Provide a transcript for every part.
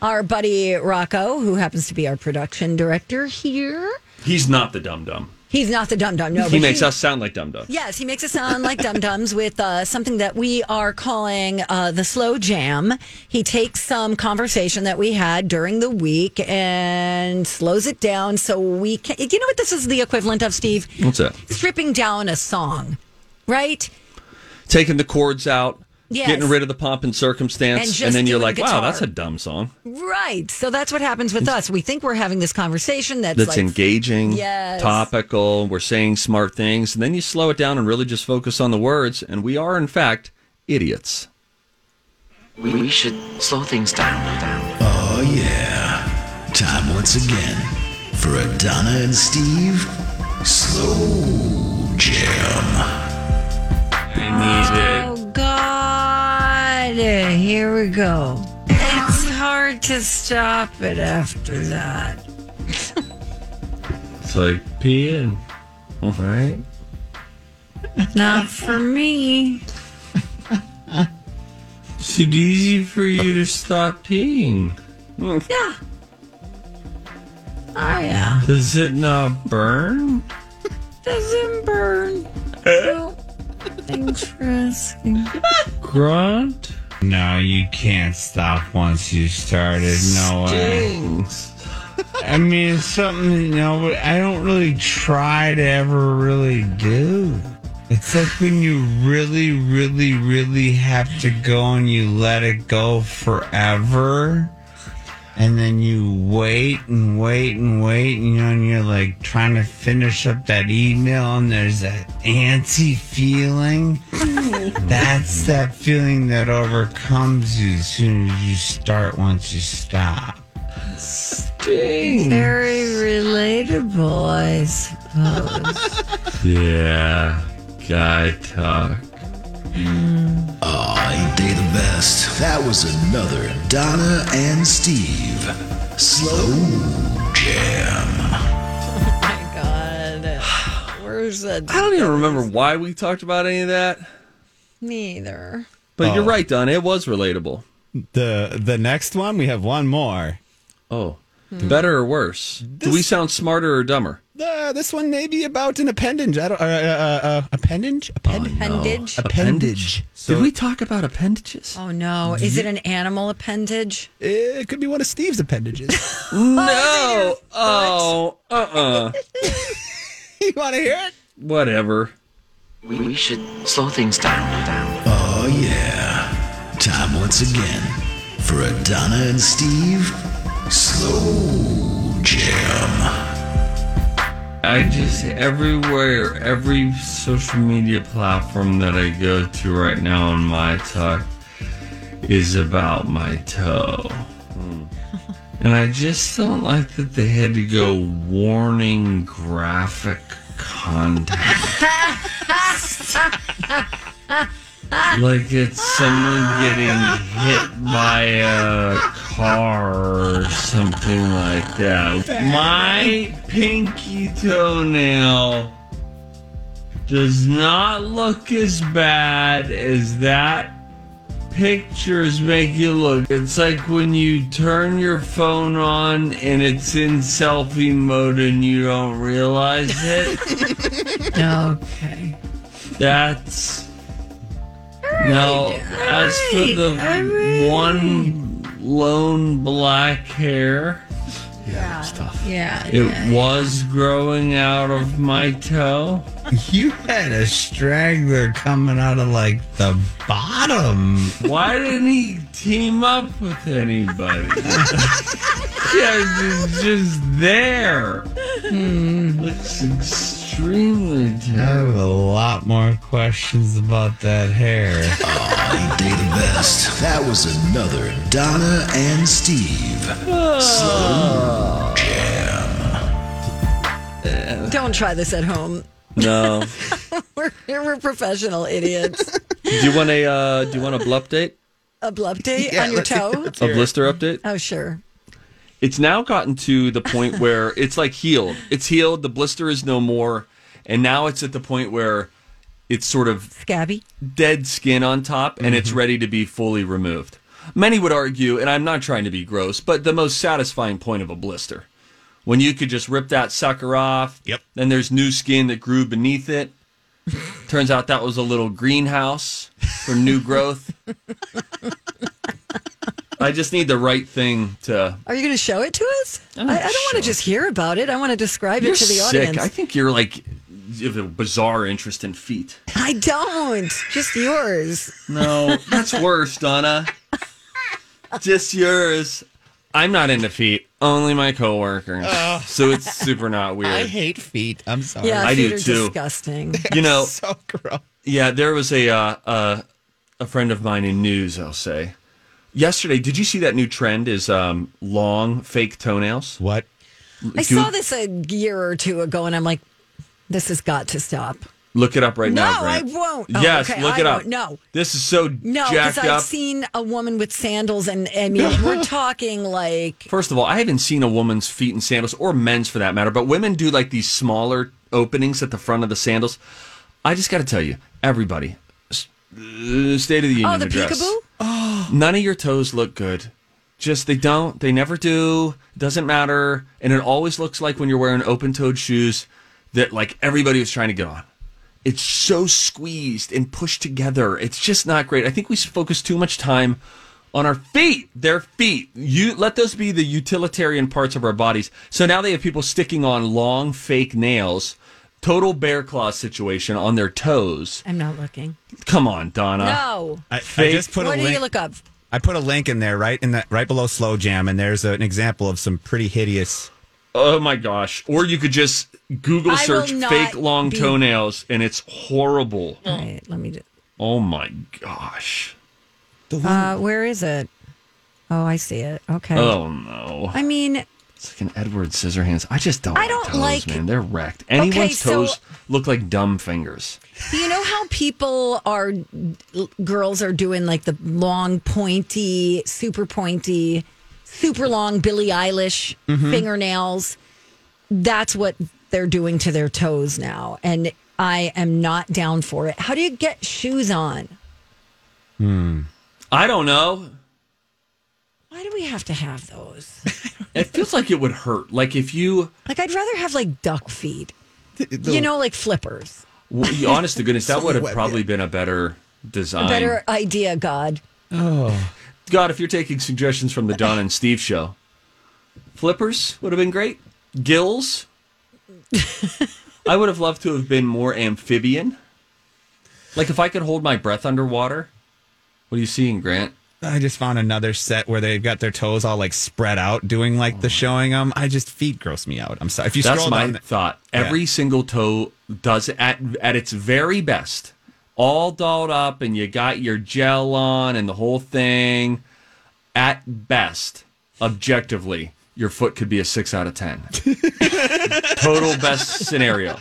Our buddy Rocco, who happens to be our production director here, He's not the dum dum. he's not the dum dum. No, He but makes us sound like dum dum. Yes, he makes it sound like dum dums with uh, something that we are calling uh, the slow jam. He takes some conversation that we had during the week and slows it down so we can. You know what this is the equivalent of, Steve? What's that? Stripping down a song, right? Taking the chords out, Yes. getting rid of the pomp and circumstance, And and, just then you're doing like, wow, guitar. that's a dumb song. Right. So that's what happens with us. We think we're having this conversation that's, That's like engaging, Yes. topical. We're saying smart things, and then you slow it down and really just focus on the words. And we are, in fact, idiots. We, we should slow things down. down. Oh, yeah. Time once again for a Donna and Steve Slow Jam. Oh God! Here we go. It's hard to stop it after that. It's like pee in. All right. Not for me. It's easy for you to stop peeing. Yeah. Oh yeah. Does it not burn? Doesn't burn. No. Thanks for asking. Grunt? No, you can't stop once you started. No way. I mean, it's something no, I don't really try to ever really do. It's like when you really, really, really have to go and you let it go forever. And then you wait and wait and wait, and, you know, and you're like trying to finish up that email, and there's that antsy feeling. That's that feeling that overcomes you as soon as you start once you stop. Very relatable, I suppose. Yeah. Guy talk. Aw, ain't they the best? That was another Donna and Steve Slow Jam. My God. Where's that? I don't even remember why we talked about any of that, Neither. but Oh. you're right, Don. It was relatable. The the next one, we have one more. Oh, better or worse? Do we sound smarter or dumber? Uh, this one may be about an appendage. I don't, uh, uh, uh, appendage? Append- Appendage. Appendage. So Did we talk about appendages? Oh no! Is it an animal appendage? it could be one of Steve's appendages. no. Oh, uh uh you want to hear it? Whatever. We, we should slow things down. down. Oh, yeah. Time once again for a Donna and Steve Slow Jam. I just everywhere, every social media platform that I go to right now on my talk is about my toe. Hmm. And I just don't like that they had to go warning graphic content. like it's someone getting hit by a car or something like that. My pinky toenail does not look as bad as that pictures make you look. It's like when you turn your phone on and it's in selfie mode and you don't realize it. Okay. That's now as for the one lone black hair. Yeah. It was growing out of my toe. You had a straggler coming out of like the bottom. Why didn't he team up with anybody? yeah, it's just there. Hmm. Looks extremely terrible. I have a lot more questions about that hair. Ain't they the best? That was another Donna and Steve. Slow Jam. Don't try this at home. No. We're, we're professional idiots. do you want a uh, do you want a blup date? A blub day on your let's- toe? let's A hear it. blister update? Oh, sure. It's now gotten to the point where it's like healed. It's healed. The blister is no more, and now it's at the point where it's sort of Scabby. dead skin on top and it's ready to be fully removed. Many would argue, and I'm not trying to be gross, but the most satisfying point of a blister. When you could just rip that sucker off, Yep. then there's new skin that grew beneath it. Turns out that was a little greenhouse for new growth. I just need the right thing to. Are you going to show it to us? I, I don't want to just hear about it. I want to describe You're it to the sick. audience. I think you're like you have a bizarre interest in feet. I don't. Just yours. No, that's worse, Donna. Just yours. I'm not into feet. Only my coworkers. so it's super not weird. I hate feet. I'm sorry. Yeah, I feet do are too. disgusting. you know, So gross. yeah. There was a uh, uh, a friend of mine in news. I'll say yesterday. Did you see that new trend? Is um, long fake toenails? What? I saw this a year or two ago, and I'm like, this has got to stop. Look it up right No, now. Grant. I won't. Oh, yes, okay, look I it up. won't. No. this is so No, because jacked I've up. seen a woman with sandals, and I mean, we're talking like First of all, I haven't seen a woman's feet in sandals or men's for that matter, but women do like these smaller openings at the front of the sandals. I just got to tell you, everybody, s- uh, state of the union oh, the address. peekaboo. None of your toes look good. Just they don't. They never do. Doesn't matter. And it always looks like when you're wearing open-toed shoes that like everybody was trying to get on. It's so squeezed and pushed together. It's just not great. I think we focus too much time on our feet. Their feet. You let those be the utilitarian parts of our bodies. So now they have people sticking on long fake nails. Total bear claw situation on their toes. I'm not looking. Come on, Donna. No. I, I Fake. just put What a do link. you look up? I put a link in there, right in that, right below slow jam, and there's an example of some pretty hideous. Oh my gosh. Or you could just Google I search will not fake long be- toenails and it's horrible. All right, let me. Do, Oh my gosh. uh, where is it? Oh, I see it. Okay. Oh no. I mean, It's like an Edward Scissorhands. I just don't I like don't toes, like- man. They're wrecked. Anyone's so- toes look like dumb fingers. Do you know how people are, l- girls are doing like the long, pointy, super pointy, super long Billie Eilish Mm-hmm. fingernails? That's what they're doing to their toes now. And I am not down for it. How do you get shoes on? I don't know. Why do we have to have those? It feels like it would hurt. Like if you Like, I'd rather have like duck feet, you know, like flippers. w- honest to goodness, that would have Web, probably been a better design. Better idea, God. God, if you're taking suggestions from the Don and Steve show, flippers would have been great. Gills. I would have loved to have been more amphibian. Like if I could hold my breath underwater. What are you seeing, Grant? I just found another set where they've got their toes all like spread out, doing like the showing them. I just feet gross me out. I'm sorry. If you Oh. That's scroll my down, thought. Every Yeah. single toe does it at at its very best, all dolled up, and you got your gel on and the whole thing. At best, objectively, your foot could be a six out of ten. Total best scenario.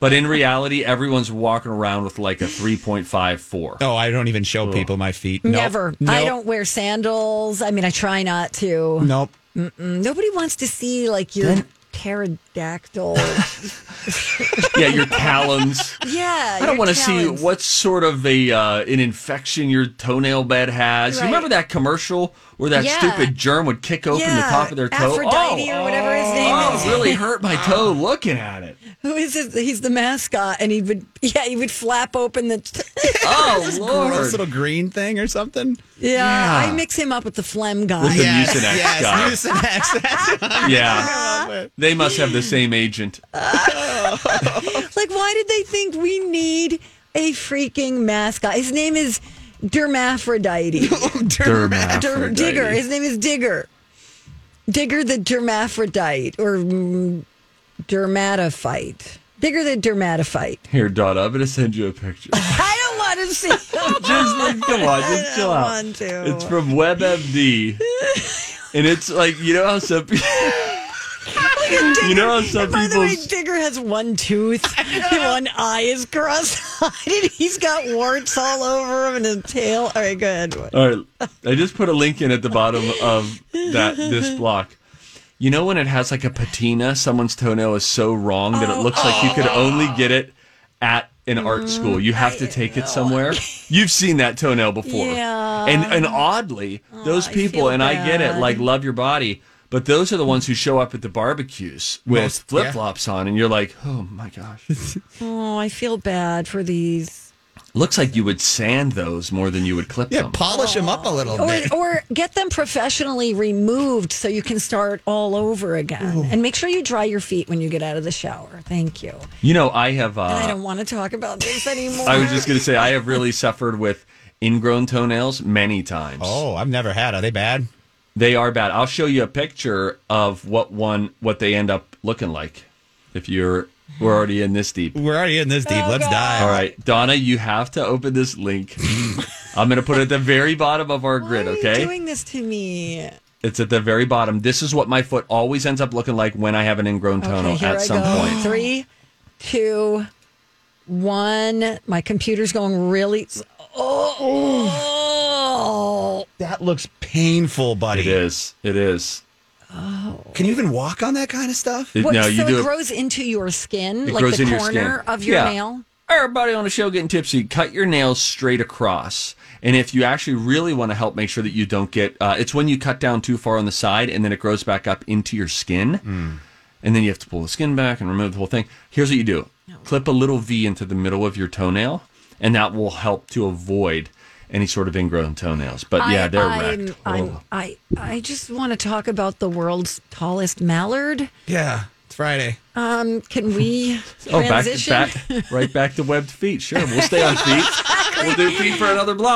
But in reality, everyone's walking around with like a three point five four. oh, I don't even show people my feet. Nope. Never. I Nope. don't wear sandals. I mean, I try not to. Nope. Nobody wants to see like your pterodactyl. Yeah, your talons. yeah. I don't want to see what. what sort of a uh, an infection your toenail bed has. You Right. remember that commercial where that Yeah. stupid germ would kick open the top of their toe? Aphrodite oh, or whatever his name oh, is. it really hurt my toe looking at it. Who is his, he's the mascot, and he would yeah he would flap open the. Oh This lord! little green thing or something. yeah, Yeah. I mix him up with the phlegm guy. With the Mucinex guy. Love Yeah, it. they must have the same agent. Uh, Like, why did they think we need a freaking mascot? His name is Dermaphrodite. Dur- Dermaphrodite. Digger. His name is Digger. Digger the Dermaphrodite or mm, Dermatophyte. Digger the Dermatophyte. Here, Donna, I'm gonna send you a picture. I don't want to see him. just like, come on, just chill I out. don't want to. It's from WebMD, and it's like you know how some people, you know how some And by the people. way, Digger has one tooth, and one eye is cross-eyed, and he's got warts all over him and his tail. All right, go ahead. All right, I just put a link in at the bottom of that this block. You know when it has like a patina, someone's toenail is so wrong that Oh. it looks like you could only get it at an Mm-hmm. art school. You have to take it somewhere. You've seen that toenail before. Yeah. And and oddly, those people feel and I get it bad. like love your body, but those are the ones who show up at the barbecues with Most- yeah. flip-flops on and you're like, "Oh my gosh." Oh, I feel bad for these. looks like you would sand those more than you would clip Yeah, them. polish him up a little Or, bit. or get them professionally removed so you can start all over again. And make sure you dry your feet when you get out of the shower. Thank you. you know, I have uh, I don't want to talk about this anymore. I was just going to say, I have really suffered with ingrown toenails many times. Oh, I've never had. Are they bad? They are bad. I'll show you a picture of what one what they end up looking like. If you're we're already in this deep. We're already in this deep. Oh, Let's die. All right, Donna, you have to open this link. I'm going to put it at the very bottom of our Why grid, are you okay? doing this to me? it's at the very bottom. This is what my foot always ends up looking like when I have an ingrown toenail here at I some go. point. Three, two, one. My computer's going really. Oh, That looks painful, buddy. It is. It is. Can you even walk on that kind of stuff? It- What, no, you so do it it- grows into your skin, It like grows the into your corner skin. of your Yeah. nail. Everybody on the show getting tipsy, cut your nails straight across. And if you actually really want to help make sure that you don't get, uh, it's when you cut down too far on the side and then it grows back up into your skin. Hmm. And then you have to pull the skin back and remove the whole thing. Here's what you do clip a little V into the middle of your toenail, and that will help to avoid any sort of ingrown toenails. But yeah, they're I'm- wrecked. I'm- Oh. I I just want to talk about the world's tallest mallard. Yeah. It's Friday. Um, can we Oh, back, transition? back, right back to webbed feet. Sure, we'll stay on feet. We'll do feet for another block.